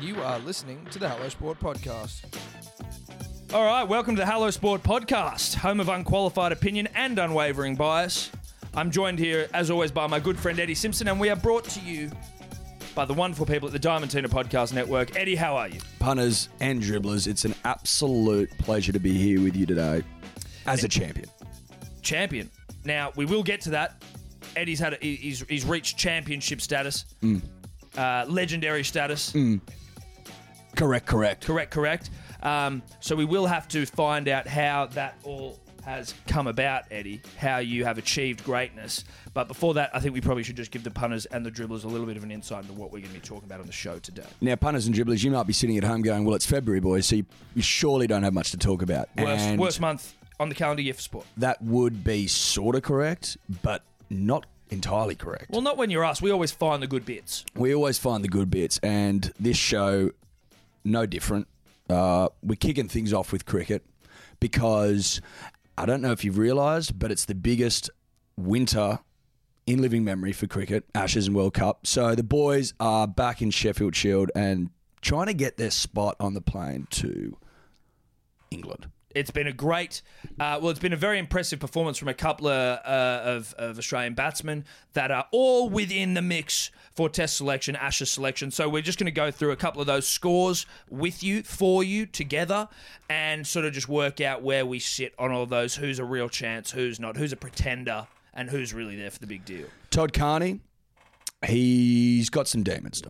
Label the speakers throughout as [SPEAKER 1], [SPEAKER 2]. [SPEAKER 1] You are listening to the Hello Sport Podcast.
[SPEAKER 2] All right, welcome to the Hello Sport podcast, home of unqualified opinion and unwavering bias. I'm joined here, as always, by my good friend Eddie Simpson, and we are brought to you by the wonderful people at the Diamond Tuna Podcast Network. Eddie, how are you?
[SPEAKER 3] punters and dribblers. It's an absolute pleasure to be here with you today as a champion.
[SPEAKER 2] Champion. Now we will get to that. Eddie's had a, he- he's he's reached championship status, uh, legendary status.
[SPEAKER 3] Correct, correct.
[SPEAKER 2] Correct, correct. Um, so we will have to find out how that all has come about, Eddie, how you have achieved greatness. But before that, I think we probably should just give the punters and the dribblers a little bit of an insight into what we're going to be talking about on the show today.
[SPEAKER 3] Now, punters and dribblers, you might be sitting at home going, well, it's February, boys, so you, you surely don't have much to talk about.
[SPEAKER 2] Worst,
[SPEAKER 3] And
[SPEAKER 2] worst month on the calendar year for sport.
[SPEAKER 3] That would be sort of correct, but not entirely correct.
[SPEAKER 2] Well, not when you're us. We always find the good bits.
[SPEAKER 3] we always find the good bits, and this show, no different. Uh, we're kicking things off with cricket because I don't know if you've realised, but it's the biggest winter in living memory for cricket, Ashes and World Cup. So the boys are back in Sheffield Shield and trying to get their spot on the plane to England.
[SPEAKER 2] It's been a great, uh, well, it's been a very impressive performance from a couple of, uh, of, of Australian batsmen that are all within the mix for Test selection, Ashes selection. So we're just going to go through a couple of those scores with you, for you, together, and sort of just work out where we sit on all those. Who's a real chance? Who's not? Who's a pretender? And who's really there for the big deal?
[SPEAKER 3] Todd Carney, he's got some demons.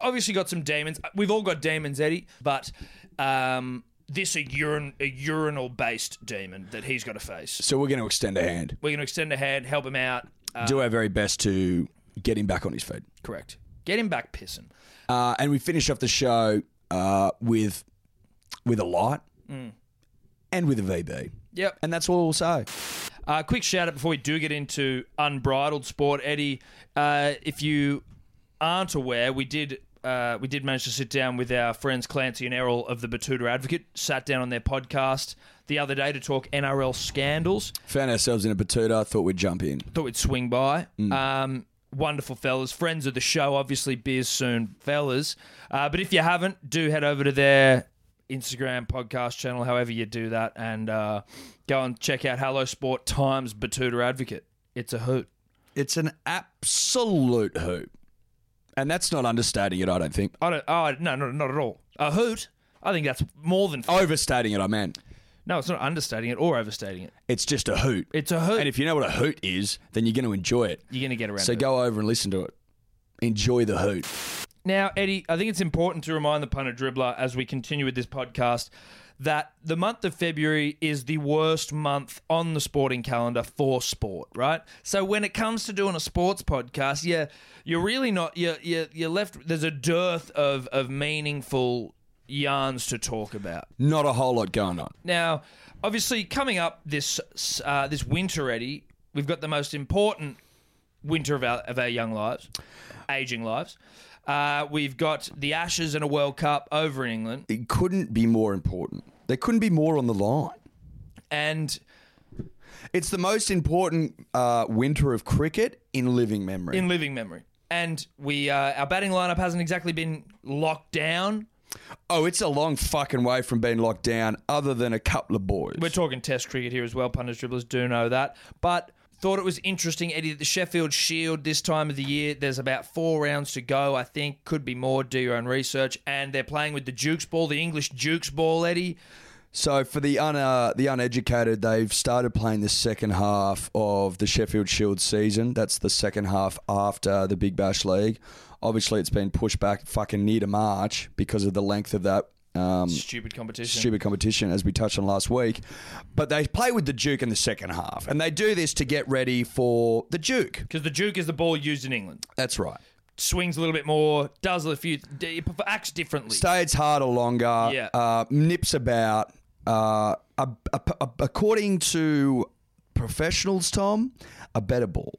[SPEAKER 2] obviously got some demons. We've all got demons, Eddie, but um, this a urine a urinal based demon that he's got to face.
[SPEAKER 3] So we're going to extend a hand,
[SPEAKER 2] We're going to extend a hand, help him out. Uh,
[SPEAKER 3] do our very best to get him back on his feet.
[SPEAKER 2] correct. Get him back pissing.
[SPEAKER 3] Uh, and we finish off the show uh, with with a light and with a VB.
[SPEAKER 2] Yep.
[SPEAKER 3] And that's all we'll say.
[SPEAKER 2] Uh, quick shout out before we do get into unbridled sport, Eddie. Uh, if you aren't aware, we did. Uh, we did manage to sit down with our friends Clancy and Errol of the Batuta Advocate. Sat down on their podcast the other day to talk NRL scandals.
[SPEAKER 3] Found ourselves in a batuta, thought we'd jump in.
[SPEAKER 2] thought we'd swing by.
[SPEAKER 3] Mm.
[SPEAKER 2] Um, wonderful fellas, friends of the show, obviously beers soon, fellas. Uh, but if you haven't, do head over to their Instagram podcast channel, however you do that, and uh, go and check out Hello Sport Times Batuta Advocate. It's a hoot.
[SPEAKER 3] It's an absolute hoop. And that's not understating it, I don't think.
[SPEAKER 2] I don't. Oh no, no, not at all. A hoot. I think that's more than.
[SPEAKER 3] Overstating it, I meant.
[SPEAKER 2] No, it's not understating it or overstating it.
[SPEAKER 3] It's just a hoot.
[SPEAKER 2] It's a hoot.
[SPEAKER 3] And if you know what a hoot is, then you're going to enjoy it.
[SPEAKER 2] You're gonna get around. to
[SPEAKER 3] So
[SPEAKER 2] it.
[SPEAKER 3] go over and listen to it. Enjoy the hoot.
[SPEAKER 2] Now, Eddie, I think it's important to remind the punter dribbler as we continue with this podcast that the month of February is the worst month on the sporting calendar for sport, right? So when it comes to doing a sports podcast, yeah, you're really not you're you're, you're left there's a dearth of of meaningful yarns to talk about.
[SPEAKER 3] Not a whole lot going on.
[SPEAKER 2] Now, obviously, coming up this uh, this winter, Eddie, we've got the most important winter of our of our young lives, aging lives. Uh, we've got the Ashes and a World Cup over in England,
[SPEAKER 3] It couldn't be more important. There couldn't be more on the line.
[SPEAKER 2] and
[SPEAKER 3] It's the most important uh, winter of cricket in living memory.
[SPEAKER 2] in living memory. And we uh, our batting lineup hasn't exactly been locked down.
[SPEAKER 3] oh, it's a long fucking way from being locked down, other than a couple of boys.
[SPEAKER 2] We're talking Test cricket here as well. Punters, dribblers do know that, but. Thought it was interesting, Eddie, that the Sheffield Shield this time of the year, there's about four rounds to go, I think. Could be more, do your own research. And they're playing with the Jukes ball, the English Jukes ball, Eddie.
[SPEAKER 3] so for the un, uh, the uneducated, they've started playing the second half of the Sheffield Shield season. That's the second half after the Big Bash League. Obviously, it's been pushed back fucking near to March because of the length of that. Um,
[SPEAKER 2] Stupid competition.
[SPEAKER 3] stupid competition, as we touched on last week. But they play with the Duke in the second half, and they do this to get ready for the Duke.
[SPEAKER 2] Because the Duke is the ball used in England.
[SPEAKER 3] That's right.
[SPEAKER 2] Swings a little bit more, does a few, d- acts differently.
[SPEAKER 3] stays harder longer.
[SPEAKER 2] Yeah.
[SPEAKER 3] Uh, nips about. Uh, a, a, a- according to professionals, Tom, a better ball.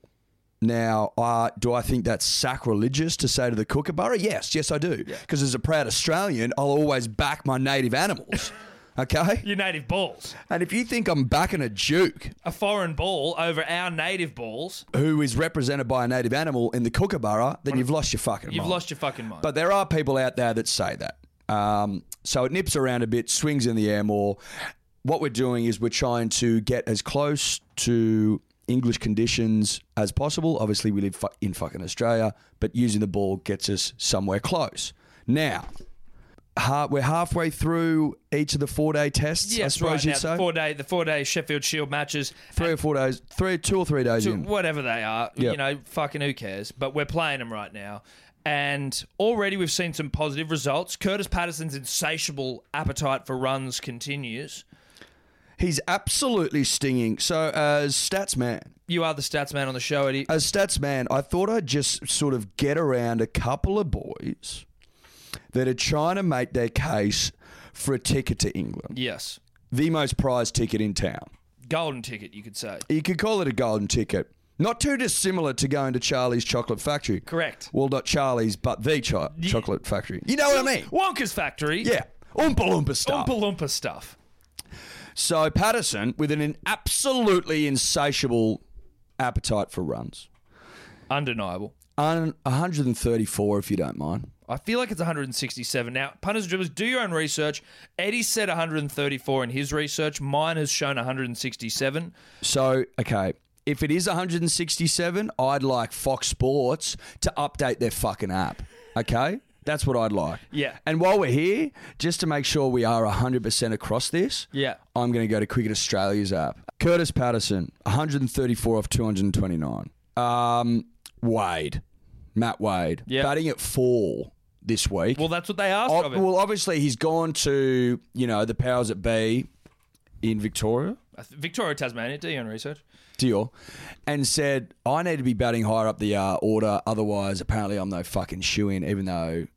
[SPEAKER 3] Now, uh, do I think that's sacrilegious to say to the kookaburra? Yes, yes, I do. Because as a proud Australian, I'll always back my native animals. Okay?
[SPEAKER 2] Your native balls.
[SPEAKER 3] And if you think I'm backing a Duke
[SPEAKER 2] A foreign ball over our native balls.
[SPEAKER 3] who is represented by a native animal in the kookaburra, then you've lost your fucking
[SPEAKER 2] You've
[SPEAKER 3] mind.
[SPEAKER 2] lost your fucking mind.
[SPEAKER 3] But there are people out there that say that. Um, so it nips around a bit, swings in the air more. What we're doing is we're trying to get as close to English conditions as possible. Obviously, we live fu- in fucking Australia, but using the ball gets us somewhere close. Now, ha- we're halfway through each of the four day tests, I
[SPEAKER 2] yes,
[SPEAKER 3] suppose
[SPEAKER 2] right
[SPEAKER 3] you'd
[SPEAKER 2] now,
[SPEAKER 3] say.
[SPEAKER 2] the four day, the four day Sheffield Shield matches,
[SPEAKER 3] three or four days, three, two or three days
[SPEAKER 2] to
[SPEAKER 3] in.
[SPEAKER 2] whatever they are,
[SPEAKER 3] Yeah.
[SPEAKER 2] you know, fucking who cares? But we're playing them right now. And already we've seen some positive results. Curtis Patterson's insatiable appetite for runs continues.
[SPEAKER 3] He's absolutely stinging. So, as stats man,
[SPEAKER 2] You are the stats man on the show, Eddie.
[SPEAKER 3] as stats man, I thought I'd just sort of get around a couple of boys that are trying to make their case for a ticket to England,
[SPEAKER 2] Yes.
[SPEAKER 3] the most prized ticket in town.
[SPEAKER 2] Golden ticket, you could say.
[SPEAKER 3] You could call it a golden ticket. Not too dissimilar to going to Charlie's Chocolate Factory.
[SPEAKER 2] Correct.
[SPEAKER 3] Well, not Charlie's, but the cho- Chocolate Factory. You know what I mean?
[SPEAKER 2] Wonka's factory.
[SPEAKER 3] Yeah. Oompa Loompa stuff.
[SPEAKER 2] Oompa Loompa stuff.
[SPEAKER 3] So Patterson, with an, an absolutely insatiable appetite for runs,
[SPEAKER 2] Undeniable.
[SPEAKER 3] Un- 134 if you don't mind.
[SPEAKER 2] I feel like it's 167. Now, punters and dribblers, do your own research. Eddie said 134 in his research. Mine has shown 167.
[SPEAKER 3] So, okay, if it is 167, I'd like Fox Sports to update their fucking app. Okay? That's what I'd like.
[SPEAKER 2] Yeah.
[SPEAKER 3] And while we're here, just to make sure we are 100% across this,
[SPEAKER 2] Yeah.
[SPEAKER 3] I'm going to go to Cricket Australia's app. Curtis Patterson, 134 off 229. Um, Wade, Matt Wade,
[SPEAKER 2] Yeah.
[SPEAKER 3] batting at four this week.
[SPEAKER 2] Well, that's what they asked
[SPEAKER 3] Ob-
[SPEAKER 2] of him.
[SPEAKER 3] well, obviously, he's gone to, you know, the powers that be in Victoria.
[SPEAKER 2] I th- Victoria, Tasmania, do your own research.
[SPEAKER 3] Dior, and said, I need to be batting higher up the uh, order. Otherwise, apparently, I'm no fucking shoe in, even though,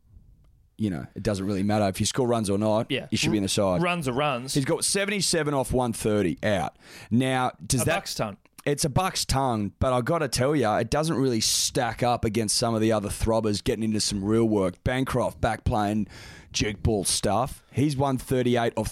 [SPEAKER 3] you know, it doesn't really matter if you score runs or not.
[SPEAKER 2] Yeah.
[SPEAKER 3] You should be in the side.
[SPEAKER 2] Runs are runs.
[SPEAKER 3] He's got 77 off 130 out. Now, does
[SPEAKER 2] a
[SPEAKER 3] that.
[SPEAKER 2] buck's ton.
[SPEAKER 3] It's a buck's tongue, but i got to tell you, it doesn't really stack up against some of the other throbbers getting into some real work. Bancroft back playing jig ball stuff. He's 138 off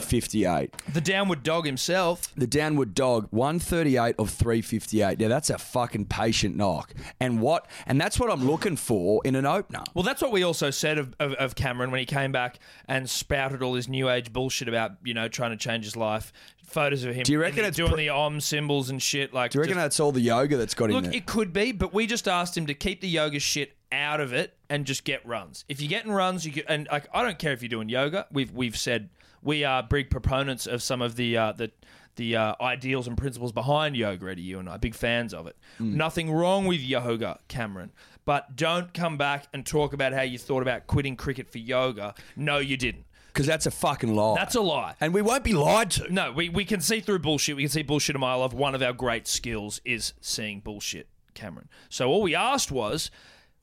[SPEAKER 3] 358.
[SPEAKER 2] The downward dog himself.
[SPEAKER 3] The downward dog, 138 of 358. Now that's a fucking patient knock. And what and that's what I'm looking for in an opener.
[SPEAKER 2] Well, that's what we also said of, of, of Cameron when he came back and spouted all his new age bullshit about, you know, trying to change his life. Photos of him
[SPEAKER 3] you
[SPEAKER 2] in
[SPEAKER 3] reckon
[SPEAKER 2] the-
[SPEAKER 3] it's
[SPEAKER 2] doing
[SPEAKER 3] pre-
[SPEAKER 2] the om symbols and shit. Like,
[SPEAKER 3] Do you reckon
[SPEAKER 2] just-
[SPEAKER 3] that's all the yoga that's got in
[SPEAKER 2] look,
[SPEAKER 3] there?
[SPEAKER 2] it could be, but we just asked him to keep the yoga shit out of it and just get runs. If you're getting runs, you could, and like I don't care if you're doing yoga. We've we've said we are big proponents of some of the uh, the the uh, ideals and principles behind yoga. Eddie, you and I, big fans of it. Nothing wrong with yoga, Cameron. But don't come back and talk about how you thought about quitting cricket for yoga. No, you didn't.
[SPEAKER 3] Because that's a fucking lie.
[SPEAKER 2] That's a lie.
[SPEAKER 3] and we won't be lied to.
[SPEAKER 2] No, we, we can see through bullshit. We can see bullshit a mile off. One of our great skills is seeing bullshit, Cameron. So all we asked was,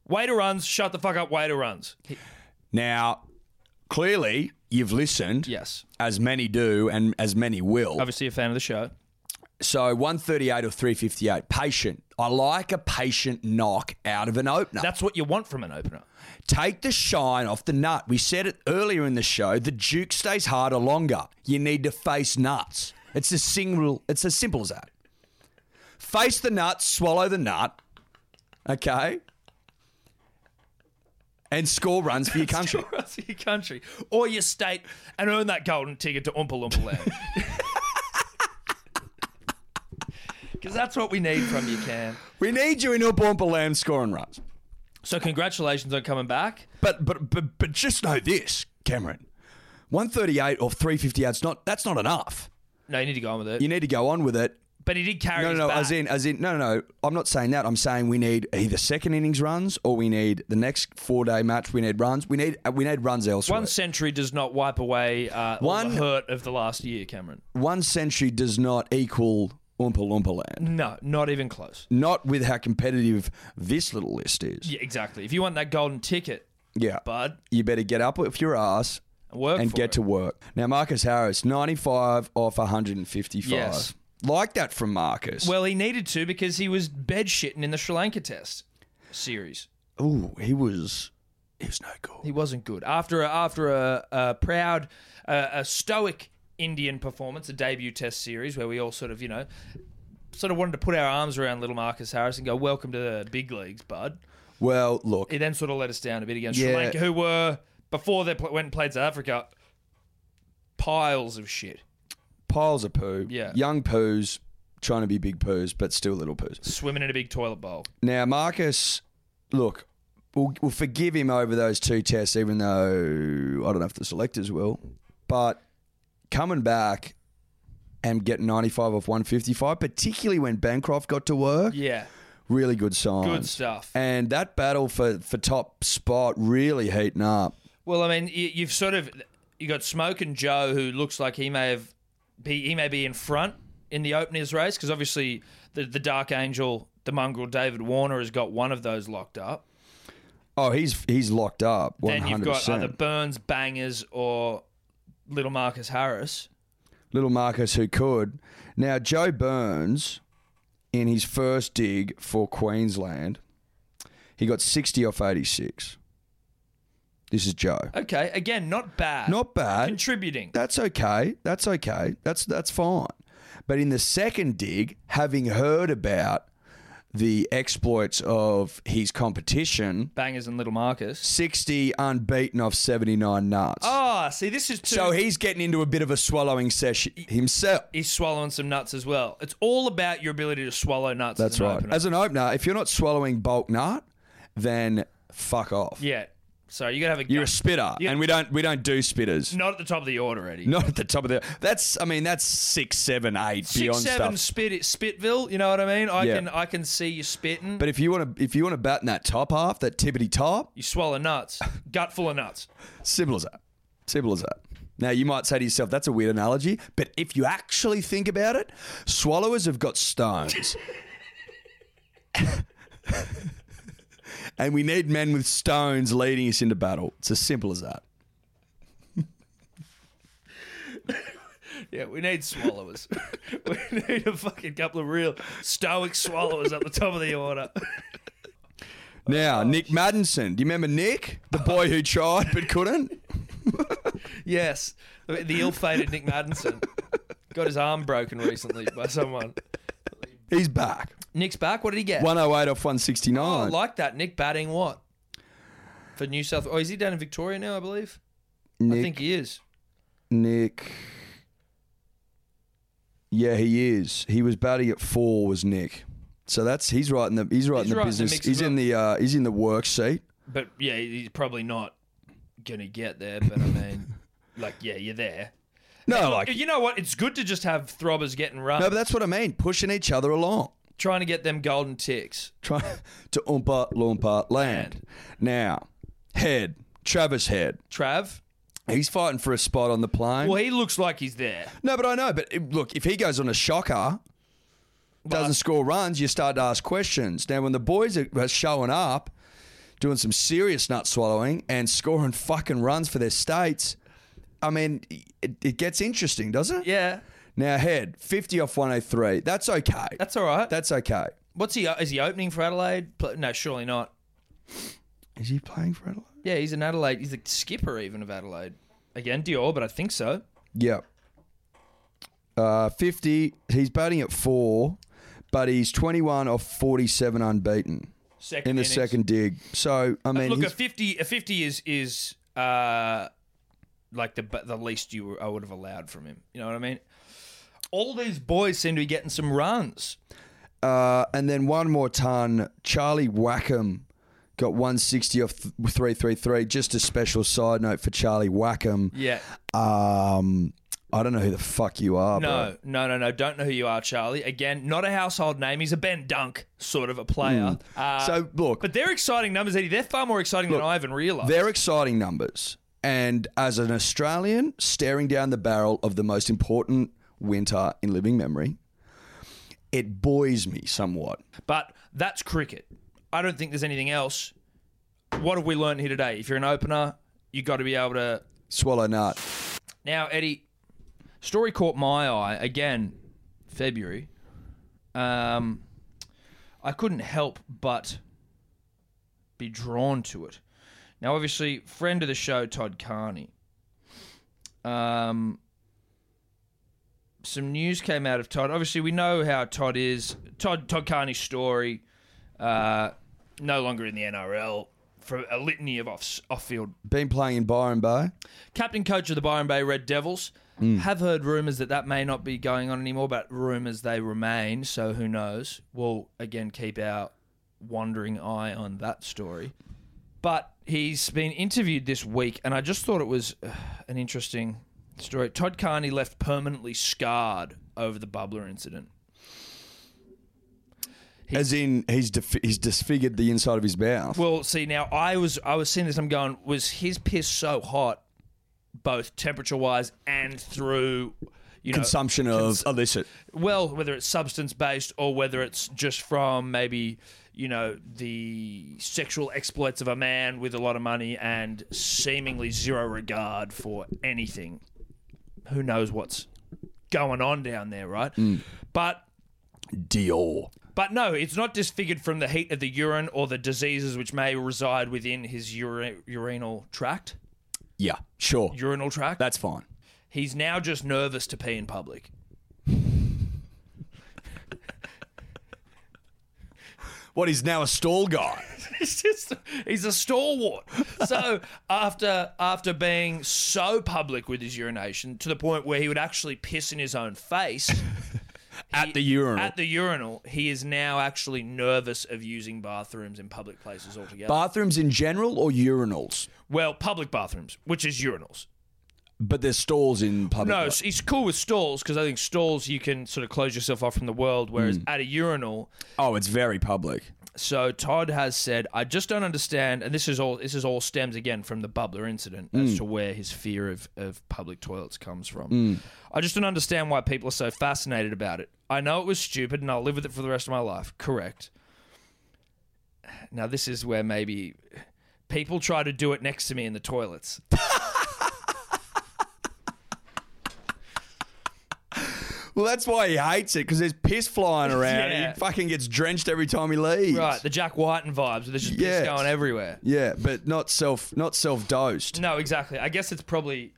[SPEAKER 2] waiter runs, shut the fuck up, waiter runs.
[SPEAKER 3] Now, clearly you've listened.
[SPEAKER 2] Yes.
[SPEAKER 3] As many do and as many will.
[SPEAKER 2] Obviously a fan of the show.
[SPEAKER 3] So 138 of 358. Patient. I like a patient knock out of an opener.
[SPEAKER 2] That's what you want from an opener.
[SPEAKER 3] Take the shine off the nut. We said it earlier in the show. The Duke stays harder longer. You need to face nuts. It's as single. It's as simple as that. Face the nut. Swallow the nut. Okay. And score runs for your country.
[SPEAKER 2] Across your country or your state and earn that golden ticket to Oompa Loompa Land. Because that's what we need from you, Cam.
[SPEAKER 3] We need you in Oompa Loompa Land scoring runs.
[SPEAKER 2] So congratulations on coming back.
[SPEAKER 3] But but but but just know this, Cameron. One thirty-eight or three fifty-eight. Not that's not enough.
[SPEAKER 2] No, you need to go on with it.
[SPEAKER 3] You need to go on with it.
[SPEAKER 2] but he did carry
[SPEAKER 3] No,
[SPEAKER 2] his
[SPEAKER 3] no, no.
[SPEAKER 2] bat.
[SPEAKER 3] As in, as in, no, no, no. I'm not saying that. I'm saying we need either second innings runs or we need the next four day match. We need runs. We need uh, we need runs elsewhere.
[SPEAKER 2] One century does not wipe away uh, all
[SPEAKER 3] One-
[SPEAKER 2] the hurt of the last year, Cameron.
[SPEAKER 3] One century does not equal Oompa Loompa land.
[SPEAKER 2] No, not even close.
[SPEAKER 3] Not with how competitive this little list is.
[SPEAKER 2] Yeah, exactly. If you want that golden ticket,
[SPEAKER 3] Yeah,
[SPEAKER 2] bud,
[SPEAKER 3] you better get up with your ass
[SPEAKER 2] work
[SPEAKER 3] and
[SPEAKER 2] for
[SPEAKER 3] get
[SPEAKER 2] it.
[SPEAKER 3] to work. Now, Marcus Harris, 95 off 155.
[SPEAKER 2] Yes.
[SPEAKER 3] Like that from Marcus.
[SPEAKER 2] Well, he needed to because he was bed shitting in the Sri Lanka Test series.
[SPEAKER 3] Ooh, he was He was no good.
[SPEAKER 2] He wasn't good. After a, after a, a proud, uh, a stoic Indian performance, a debut Test series where we all sort of you know, sort of wanted to put our arms around little Marcus Harris and go, "Welcome to the big leagues, bud."
[SPEAKER 3] Well, look,
[SPEAKER 2] He then sort of let us down a bit against Sri
[SPEAKER 3] Yeah.
[SPEAKER 2] Lanka, who were before they pl- went and played South Africa, piles of shit,
[SPEAKER 3] piles of poo.
[SPEAKER 2] Yeah.
[SPEAKER 3] Young poos, trying to be big poos, but still little poos.
[SPEAKER 2] swimming in a big toilet bowl.
[SPEAKER 3] Now, Marcus, look, we'll, we'll forgive him over those two tests, even though I don't know if the selectors will. But coming back and getting 95 off 155, particularly when Bancroft got to work,
[SPEAKER 2] Yeah,
[SPEAKER 3] really good signs.
[SPEAKER 2] good stuff.
[SPEAKER 3] And that battle for, for top spot really heating up.
[SPEAKER 2] Well, I mean, you, you've sort of you got Smoke and Joe, who looks like he may have be he may be in front in the openers race because obviously the the Dark Angel, the mongrel David Warner has got one of those locked up.
[SPEAKER 3] Oh, he's he's locked up. 100%.
[SPEAKER 2] Then you've got either Burns Bangers or Little Marcus Harris.
[SPEAKER 3] little Marcus who could. Now, Joe Burns, in his first dig for Queensland, he got 60 off 86. This is Joe.
[SPEAKER 2] Okay, again, not bad.
[SPEAKER 3] Not bad.
[SPEAKER 2] contributing.
[SPEAKER 3] That's okay. That's okay. That's that's fine. But in the second dig, having heard about the exploits of his competition,
[SPEAKER 2] Bangers and Little Marcus.
[SPEAKER 3] 60 unbeaten off 79 nuts.
[SPEAKER 2] Ah, see, this is too.
[SPEAKER 3] so he's getting into a bit of a swallowing session himself.
[SPEAKER 2] He's swallowing some nuts as well. It's all about your ability to swallow nuts.
[SPEAKER 3] That's
[SPEAKER 2] as an
[SPEAKER 3] right.
[SPEAKER 2] opener.
[SPEAKER 3] As an opener, if you're not swallowing bulk nut, then fuck off.
[SPEAKER 2] yeah. So you gotta have a.
[SPEAKER 3] You're a
[SPEAKER 2] gut-
[SPEAKER 3] spitter,
[SPEAKER 2] Yeah.
[SPEAKER 3] and we don't we don't do spitters.
[SPEAKER 2] not at the top of the order, Eddie.
[SPEAKER 3] Not at the top of the. That's I mean that's six, seven, eight
[SPEAKER 2] six
[SPEAKER 3] beyond
[SPEAKER 2] seven
[SPEAKER 3] stuff.
[SPEAKER 2] spit spitville. You know what I mean? I
[SPEAKER 3] Yeah.
[SPEAKER 2] can I can see you spitting.
[SPEAKER 3] But if you want to if you want to bat in that top half, that tippity top,
[SPEAKER 2] you swallow nuts, gut full of nuts.
[SPEAKER 3] simple as that. Simple as that. Now you might say to yourself, that's a weird analogy, but if you actually think about it, swallowers have got stones. and we need men with stones leading us into battle. It's as simple as that.
[SPEAKER 2] Yeah, we need swallowers. we need a fucking couple of real stoic swallowers at the top of the order. Oh,
[SPEAKER 3] Now, Nick Maddinson. Do you remember Nick? The boy who tried but couldn't?
[SPEAKER 2] Yes, the, the ill-fated Nick Maddinson got his arm broken recently by someone.
[SPEAKER 3] He's back.
[SPEAKER 2] Nick's back. What did he get?
[SPEAKER 3] 108 off
[SPEAKER 2] Oh,
[SPEAKER 3] 169.
[SPEAKER 2] like that. Nick batting what for New South? Oh, is he down in Victoria now? I believe.
[SPEAKER 3] Nick,
[SPEAKER 2] I think he is.
[SPEAKER 3] Nick. Yeah, he is. He was batting at four, was Nick. So that's he's right in the he's right
[SPEAKER 2] He's
[SPEAKER 3] in the
[SPEAKER 2] right in the
[SPEAKER 3] business.
[SPEAKER 2] mix as
[SPEAKER 3] he's in the uh, he's in the work seat.
[SPEAKER 2] But yeah, he's probably not gonna get there. But I mean, like, yeah, you're there.
[SPEAKER 3] No, like
[SPEAKER 2] You know what? It's good to just have throbbers getting run,
[SPEAKER 3] no, but that's what I mean. Pushing each other along.
[SPEAKER 2] trying to get them golden ticks.
[SPEAKER 3] Try to oompa loompa land. Now, Head, Travis Head.
[SPEAKER 2] Trav,
[SPEAKER 3] He's fighting for a spot on the plane.
[SPEAKER 2] well, he looks like he's there.
[SPEAKER 3] No, but I know. But it- look, if he goes on a shocker, doesn't score runs, you start to ask questions. Now, when the boys are are showing up, doing some serious nut swallowing and scoring fucking runs for their states, I mean, it, it gets interesting, doesn't it?
[SPEAKER 2] Yeah,
[SPEAKER 3] Now, head 50 off 103. That's okay.
[SPEAKER 2] that's all right.
[SPEAKER 3] That's okay.
[SPEAKER 2] What's he? uh, Is he opening for Adelaide? Pl- No, surely not.
[SPEAKER 3] Is he playing for Adelaide?
[SPEAKER 2] Yeah, he's an Adelaide. He's the skipper even of Adelaide. Again, Dior, but I think so.
[SPEAKER 3] Yeah. Uh, 50. He's batting at four, but he's 21 off 47 unbeaten
[SPEAKER 2] Second
[SPEAKER 3] in the
[SPEAKER 2] innings.
[SPEAKER 3] second dig. So, I mean,
[SPEAKER 2] Look,
[SPEAKER 3] he's-
[SPEAKER 2] a fifty, a fifty is is uh, like the the least you were- I would have allowed from him. You know what I mean? All these boys seem to be getting some runs.
[SPEAKER 3] Uh, and then one more ton, Charlie Wackham got 160 off th- 333. Just a special side note for Charlie Wackham.
[SPEAKER 2] Yeah.
[SPEAKER 3] Um, I don't know who the fuck you are,
[SPEAKER 2] No,
[SPEAKER 3] bro.
[SPEAKER 2] no, no, no. Don't know who you are, Charlie. Again, not a household name. He's a Ben Dunk sort of a player. Uh,
[SPEAKER 3] So, look,
[SPEAKER 2] but they're exciting numbers, Eddie. They're far more exciting than I even realised.
[SPEAKER 3] they're exciting numbers. And as an Australian staring down the barrel of the most important winter in living memory, it buoys me somewhat.
[SPEAKER 2] But that's cricket. I don't think there's anything else. What have we learned here today? If you're an opener, you got to be able to
[SPEAKER 3] Swallow nut.
[SPEAKER 2] Now, Eddie, story caught my eye again, February. Um, I couldn't help but be drawn to it. Now, obviously, friend of the show, Todd Carney. Um, some news came out of Todd. Obviously, we know how Todd is. Todd Todd Carney's story, uh, no longer in the NRL for a litany of off off field
[SPEAKER 3] Been playing in Byron Bay.
[SPEAKER 2] captain coach of the Byron Bay Red Devils. Have heard rumours that that may not be going on anymore, but rumours they remain. So who knows? We'll again keep our wandering eye on that story. But he's been interviewed this week, and I just thought it was uh, an interesting story. Todd Carney left permanently scarred over the bubbler incident.
[SPEAKER 3] As in, he's def- he's disfigured the inside of his mouth.
[SPEAKER 2] Well, see now I was I was seeing this. I'm going, was his piss so hot, both temperature wise and through, you know,
[SPEAKER 3] Consumption of oh, illicit.
[SPEAKER 2] well, whether it's substance based or whether it's just from maybe you know the sexual exploits of a man with a lot of money and seemingly zero regard for anything. Who knows what's going on down there, right? But
[SPEAKER 3] Dior.
[SPEAKER 2] but no, it's not disfigured from the heat of the urine or the diseases which may reside within his ure- urinal tract.
[SPEAKER 3] Yeah, sure.
[SPEAKER 2] Urinal tract.
[SPEAKER 3] That's fine.
[SPEAKER 2] He's now just nervous to pee in public.
[SPEAKER 3] What, he's now a stall guy?
[SPEAKER 2] He's just he's a stalwart. So after after being so public with his urination to the point where he would actually piss in his own face
[SPEAKER 3] At
[SPEAKER 2] he-
[SPEAKER 3] the urinal.
[SPEAKER 2] At the urinal, he is now actually nervous of using bathrooms in public places altogether.
[SPEAKER 3] Bathrooms in general or urinals?
[SPEAKER 2] well, public bathrooms, which is urinals.
[SPEAKER 3] But there's stalls in public.
[SPEAKER 2] No,
[SPEAKER 3] li-
[SPEAKER 2] s- it's cool with stalls because I think stalls you can sort of close yourself off from the world,
[SPEAKER 3] Hmm.
[SPEAKER 2] whereas at a urinal,
[SPEAKER 3] oh, it's very public.
[SPEAKER 2] So Todd has said, I just don't understand, and this is all this is all stems again from the bubbler incident as to where his fear of, of public toilets comes from. I just don't understand why people are so fascinated about it. I know it was stupid and I'll live with it for the rest of my life. Correct. Now this is where maybe people try to do it next to me in the toilets.
[SPEAKER 3] Well, that's why he hates it because there's piss flying around.
[SPEAKER 2] Yeah.
[SPEAKER 3] And he fucking gets drenched every time he leaves.
[SPEAKER 2] Right, the Jack Whiten vibes, where there's just
[SPEAKER 3] Yes.
[SPEAKER 2] piss going everywhere.
[SPEAKER 3] Yeah, but not self, not self-dosed.
[SPEAKER 2] No, exactly. I guess it's probably.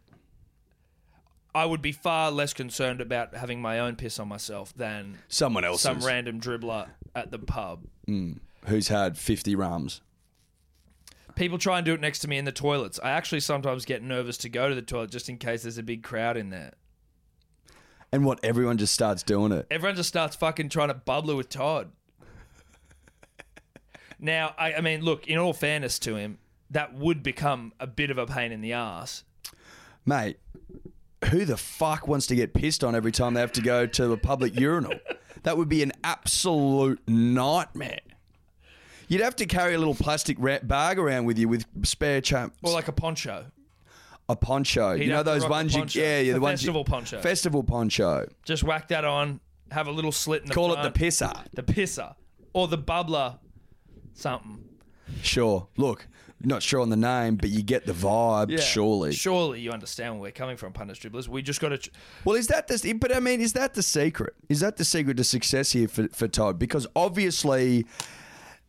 [SPEAKER 2] I would be far less concerned about having my own piss on myself than
[SPEAKER 3] Someone else's
[SPEAKER 2] some random dribbler at the pub.
[SPEAKER 3] who's had 50 rums.
[SPEAKER 2] People try and do it next to me in the toilets. I actually sometimes get nervous to go to the toilet just in case there's a big crowd in there.
[SPEAKER 3] And what, everyone just starts doing it.
[SPEAKER 2] Everyone just starts fucking trying to bubbler with Todd. Now, I, I mean, look, in all fairness to him, that would become a bit of a pain in the ass.
[SPEAKER 3] Mate, who the fuck wants to get pissed on every time they have to go to a public urinal? That would be an absolute nightmare. You'd have to carry a little plastic ra- bag around with you with spare champs.
[SPEAKER 2] Or like a poncho.
[SPEAKER 3] a poncho. You know
[SPEAKER 2] have to
[SPEAKER 3] those
[SPEAKER 2] rock a
[SPEAKER 3] ones you,
[SPEAKER 2] poncho.
[SPEAKER 3] yeah, yeah,
[SPEAKER 2] A
[SPEAKER 3] the ones
[SPEAKER 2] festival
[SPEAKER 3] you,
[SPEAKER 2] poncho.
[SPEAKER 3] festival poncho.
[SPEAKER 2] Just whack that on, have a little slit in the
[SPEAKER 3] Call
[SPEAKER 2] front.
[SPEAKER 3] it the pisser.
[SPEAKER 2] the pisser or the bubbler something
[SPEAKER 3] Sure. Look, not sure on the name, but you get the vibe. Surely.
[SPEAKER 2] surely you understand where we're coming from punters dribblers we just got to ch-
[SPEAKER 3] Well, is that the? But I mean, is that the secret? Is that the secret to success here for, for Todd? Because obviously,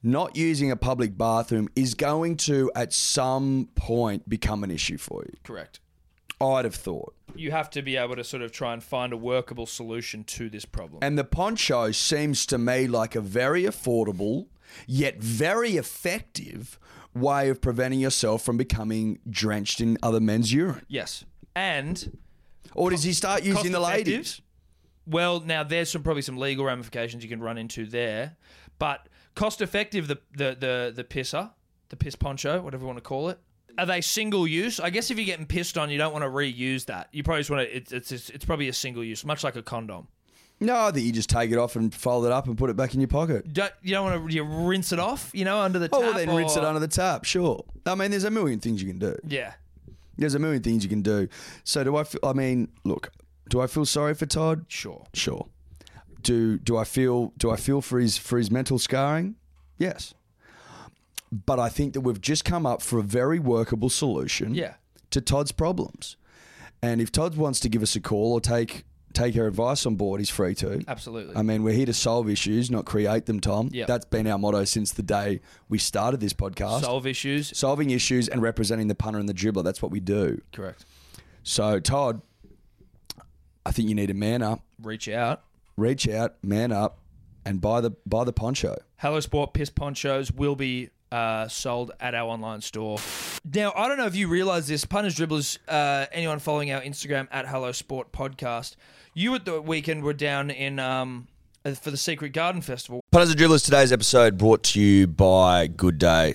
[SPEAKER 3] not using a public bathroom is going to at some point become an issue for you.
[SPEAKER 2] correct
[SPEAKER 3] I'd have thought.
[SPEAKER 2] you have to be able to sort of try and find a workable solution to this problem
[SPEAKER 3] And the poncho seems to me like a very affordable, yet very effective way of preventing yourself from becoming drenched in other men's urine.
[SPEAKER 2] yes and
[SPEAKER 3] Or does he start using the
[SPEAKER 2] cost-effective?
[SPEAKER 3] ladies?
[SPEAKER 2] well now there's some probably some legal ramifications you can run into there but cost effective the the the, the pisser the piss poncho whatever you want to call it are they single use? I guess if you're getting pissed on, you don't want to reuse that. You probably just want to. It's it's it's probably a single use, much like a condom.
[SPEAKER 3] No, I think you just take it off and fold it up and put it back in your pocket.
[SPEAKER 2] don't you don't want to you rinse it off, you know, under the tap.
[SPEAKER 3] Oh, well, then rinse it
[SPEAKER 2] or-
[SPEAKER 3] under the tap, sure. I mean, there's a million things you can do.
[SPEAKER 2] Yeah,
[SPEAKER 3] There's a million things you can do. So do I feel, I mean, look, do I feel sorry for Todd?
[SPEAKER 2] sure.
[SPEAKER 3] Sure. Do do I feel do I feel for his for his mental scarring? Yes. But I think that we've just come up for a very workable solution
[SPEAKER 2] Yeah.
[SPEAKER 3] to Todd's problems. And if Todd wants to give us a call or take take our advice on board, he's free to.
[SPEAKER 2] Absolutely.
[SPEAKER 3] I mean, we're here to solve issues, not create them, Tom.
[SPEAKER 2] Yeah.
[SPEAKER 3] That's been our motto since the day we started this podcast.
[SPEAKER 2] Solve issues.
[SPEAKER 3] Solving issues and representing the punter and the dribbler. That's what we do.
[SPEAKER 2] Correct.
[SPEAKER 3] So, Todd, I think you need to man up,
[SPEAKER 2] Reach out.
[SPEAKER 3] reach out, man up, and buy the buy the poncho.
[SPEAKER 2] Hello Sport piss ponchos will be uh, sold at our online store. Now, I don't know if you realize this, punters, dribblers, uh, anyone following our Instagram at Hello Sport Podcast, you at the weekend were down in um, uh, for the Secret Garden Festival.
[SPEAKER 3] Punters and Dribblers, today's episode brought to you by Good Day,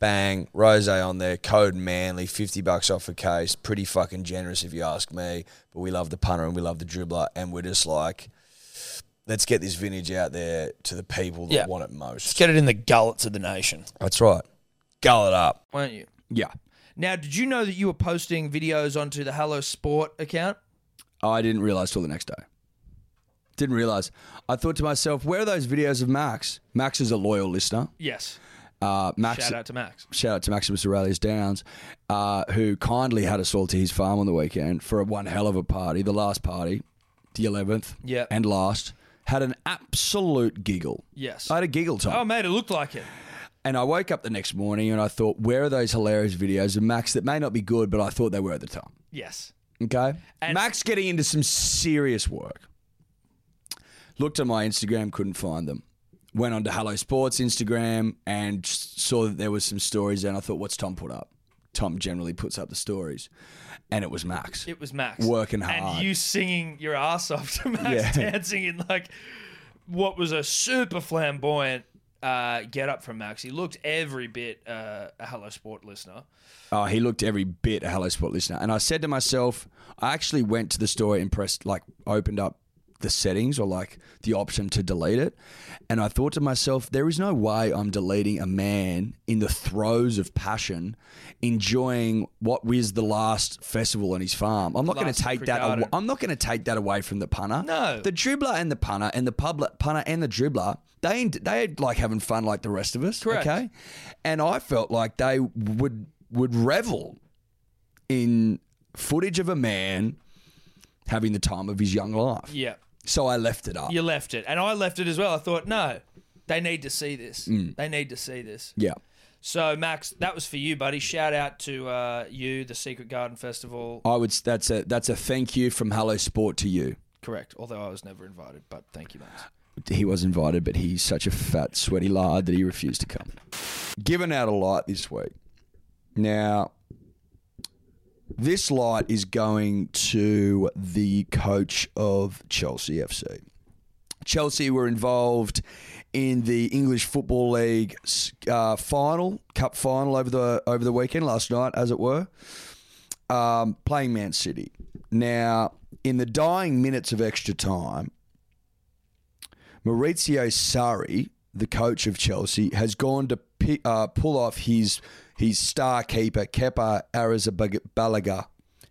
[SPEAKER 3] bang, rose on there, code Manly, 50 bucks off a case. Pretty fucking generous if you ask me. But we love the punter and we love the dribbler. And we're just like, let's get this vintage out there to the people that
[SPEAKER 2] Yeah.
[SPEAKER 3] want it most.
[SPEAKER 2] Let's get it in the gullets of the nation,
[SPEAKER 3] That's right. Gull it up.
[SPEAKER 2] won't you?
[SPEAKER 3] Yeah.
[SPEAKER 2] Now, did you know that you were posting videos onto the Hello Sport account?
[SPEAKER 3] Oh, I didn't realize till the next day. Didn't realize. I thought to myself, where are those videos of Max? Max is a loyal listener.
[SPEAKER 2] Yes.
[SPEAKER 3] Uh, Max,
[SPEAKER 2] Shout out to Max.
[SPEAKER 3] shout out to Maximus Aurelius Downs, uh, who kindly had us all to his farm on the weekend for one hell of a party, the last party, the 11th,
[SPEAKER 2] Yep.
[SPEAKER 3] and last. Had an absolute giggle.
[SPEAKER 2] Yes.
[SPEAKER 3] I had a giggle time.
[SPEAKER 2] Oh, mate, it looked like it.
[SPEAKER 3] and I woke up the next morning and I thought, where are those hilarious videos of Max that may not be good, but I thought they were at the time?
[SPEAKER 2] Yes.
[SPEAKER 3] Okay.
[SPEAKER 2] And-
[SPEAKER 3] Max getting into some serious work. Looked at my Instagram, couldn't find them. Went on to Hello Sports Instagram and s- saw that there was some stories there, and I thought, what's Tom put up? Tom generally puts up the stories. And it was Max.
[SPEAKER 2] It was Max
[SPEAKER 3] Working hard.
[SPEAKER 2] and you singing your ass off to Max
[SPEAKER 3] Yeah.
[SPEAKER 2] dancing in like what was a super flamboyant uh, get up from Max. He looked every bit uh, a Hello Sport listener.
[SPEAKER 3] Oh, he looked every bit a Hello Sport listener. And I said to myself, I actually went to the store impressed, like opened up the settings or like the option to delete it. And I thought to myself, there is no way I'm deleting a man in the throes of passion, enjoying what was the last festival on his farm. I'm not going
[SPEAKER 2] Last
[SPEAKER 3] to take that.
[SPEAKER 2] Fricato.
[SPEAKER 3] Away, I'm not going to take that away from the punter.
[SPEAKER 2] No.
[SPEAKER 3] the dribbler and the punter and the pub, punter and the dribbler. They ain't- they ain't like having fun like the rest of us.
[SPEAKER 2] Correct.
[SPEAKER 3] Okay, and I felt like they would would revel in footage of a man having the time of his young life.
[SPEAKER 2] Yeah.
[SPEAKER 3] So I left it up.
[SPEAKER 2] You left it. And I left it as well. I thought, no, they need to see this.
[SPEAKER 3] Mm.
[SPEAKER 2] They need to see this.
[SPEAKER 3] Yeah.
[SPEAKER 2] So, Max, that was for you, buddy. Shout out to uh, you, the Secret Garden Festival.
[SPEAKER 3] I would. That's a that's a thank you from Hello Sport to you.
[SPEAKER 2] Correct. Although I was never invited, but thank you, Max.
[SPEAKER 3] He was invited, but he's such a fat, sweaty lard that he refused to come. Given out a light this week. Now, this light is going to the coach of Chelsea FC. Chelsea were involved in the English Football League uh, final, cup final over the over the weekend last night, as it were um, playing Man City. Now, in the dying minutes of extra time, Maurizio Sarri, the coach of Chelsea, has gone to pi uh, pull off his his star keeper Kepa Arrizabalaga.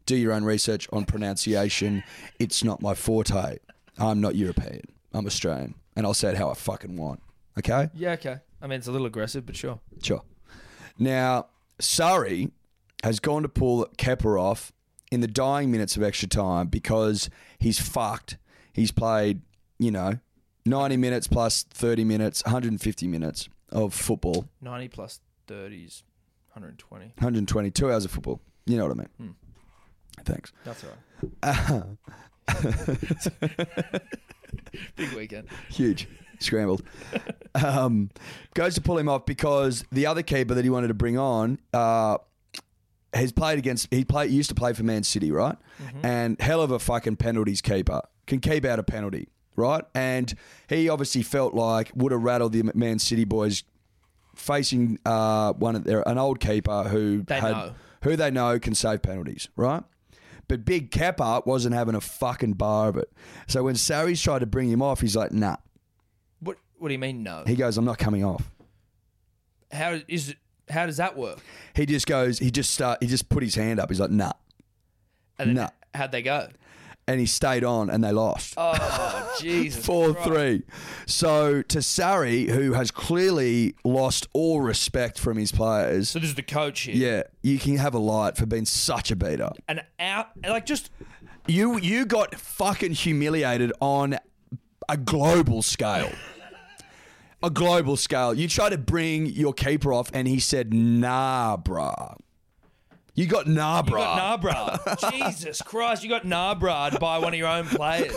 [SPEAKER 3] Do your own research on pronunciation. It's not my forte. I'm not European. I'm Australian, and I'll say it how I fucking want. Okay.
[SPEAKER 2] Yeah, okay. I mean, it's a little aggressive, but sure.
[SPEAKER 3] Sure. Now, Surrey has gone to pull Kepper off in the dying minutes of extra time because he's fucked. He's played, you know, 90 minutes plus 30 minutes, 150 minutes of football,
[SPEAKER 2] 90 plus 30s, 120.
[SPEAKER 3] 122 hours of football. You know what I mean? Thanks.
[SPEAKER 2] That's all right. Big weekend.
[SPEAKER 3] huge, scrambled. Um, goes to pull him off because the other keeper that he wanted to bring on uh, has played against. He play, used to play for Man City, right?
[SPEAKER 2] Mm-hmm.
[SPEAKER 3] And hell of a fucking penalties keeper can keep out a penalty, right? And he obviously felt like would have rattled the Man City boys facing uh, one of their an old keeper who
[SPEAKER 2] They
[SPEAKER 3] had-
[SPEAKER 2] know.
[SPEAKER 3] who they know can save penalties, right? But Big Kepa wasn't having a fucking bar of it. So when Sarri's tried to bring him off, he's like, nah.
[SPEAKER 2] What What do you mean no?
[SPEAKER 3] He goes, I'm not coming off.
[SPEAKER 2] How is it, How does that work?
[SPEAKER 3] He just goes, he just start, he just put his hand up. He's like, nah.
[SPEAKER 2] And then
[SPEAKER 3] No.
[SPEAKER 2] how'd they go?
[SPEAKER 3] And he stayed on and they lost.
[SPEAKER 2] Oh, Jesus.
[SPEAKER 3] Four three. So to Sarri, who has clearly lost all respect from his players,
[SPEAKER 2] So this is the coach here.
[SPEAKER 3] yeah, you can have a light for being such a beater.
[SPEAKER 2] An out, like just
[SPEAKER 3] You you got fucking humiliated on a global scale. a global scale. You tried to bring your keeper off and he said, nah, bruh. You got nah, bruh.
[SPEAKER 2] you got Nabra. Jesus Christ, you got Nabra'd by one of your own players.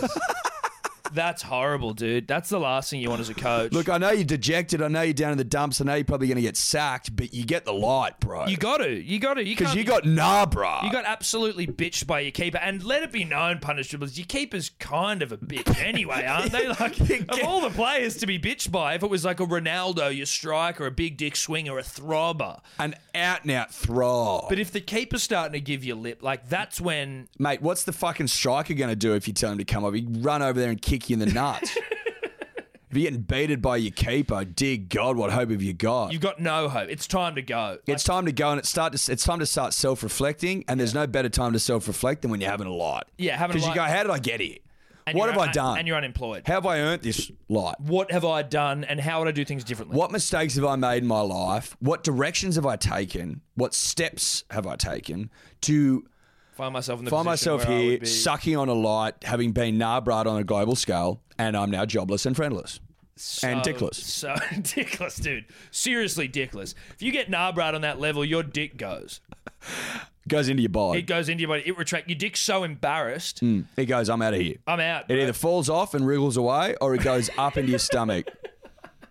[SPEAKER 2] That's horrible, dude. That's the last thing you want as a coach.
[SPEAKER 3] Look, I know you're dejected. I know you're down in the dumps. I know you're probably going to get sacked, but you get the light, bro.
[SPEAKER 2] you got to, you got to, you
[SPEAKER 3] Because
[SPEAKER 2] can't.
[SPEAKER 3] you got nah, bro.
[SPEAKER 2] You got absolutely bitched by your keeper, and let it be known, punish dribblers, your keeper's kind of a bitch anyway, aren't they? Like, of all the players to be bitched by, if it was like a Ronaldo, your striker, a big dick swinger, a throbber,
[SPEAKER 3] an out and out throw.
[SPEAKER 2] but if the keeper's starting to give you lip, like that's when
[SPEAKER 3] Mate, what's the fucking striker going to do if you tell him to come up? He'd run over there and kick you in the nuts. if you're getting beated by your keeper, dear God, what hope have you got?
[SPEAKER 2] you've got no hope. It's time to go.
[SPEAKER 3] it's time to go and it's start. To, it's time to start self-reflecting, and there's no better time to self-reflect than when you're having a light.
[SPEAKER 2] Yeah, having a
[SPEAKER 3] because you go,
[SPEAKER 2] light.
[SPEAKER 3] how did I get here?
[SPEAKER 2] And
[SPEAKER 3] What
[SPEAKER 2] you're
[SPEAKER 3] have I
[SPEAKER 2] un-
[SPEAKER 3] done?
[SPEAKER 2] And you're unemployed.
[SPEAKER 3] how have I earned this light?
[SPEAKER 2] What have I done, and how would I do things differently?
[SPEAKER 3] What mistakes have I made in my life? What directions have I taken? What steps have I taken to
[SPEAKER 2] Find myself in the
[SPEAKER 3] find
[SPEAKER 2] position
[SPEAKER 3] myself
[SPEAKER 2] where I would
[SPEAKER 3] here
[SPEAKER 2] be-
[SPEAKER 3] sucking on a light, having been nabrad on a global scale, and I'm now jobless and friendless and
[SPEAKER 2] So-
[SPEAKER 3] dickless?
[SPEAKER 2] So dickless, dude. Seriously, dickless. If you get Narbrad on that level, your dick goes.
[SPEAKER 3] Goes into your body.
[SPEAKER 2] It goes into your body. It retracts. Your dick's so embarrassed.
[SPEAKER 3] It goes, I'm out of here.
[SPEAKER 2] I'm out.
[SPEAKER 3] Mm. It either falls off and wriggles away, or it goes up into your stomach,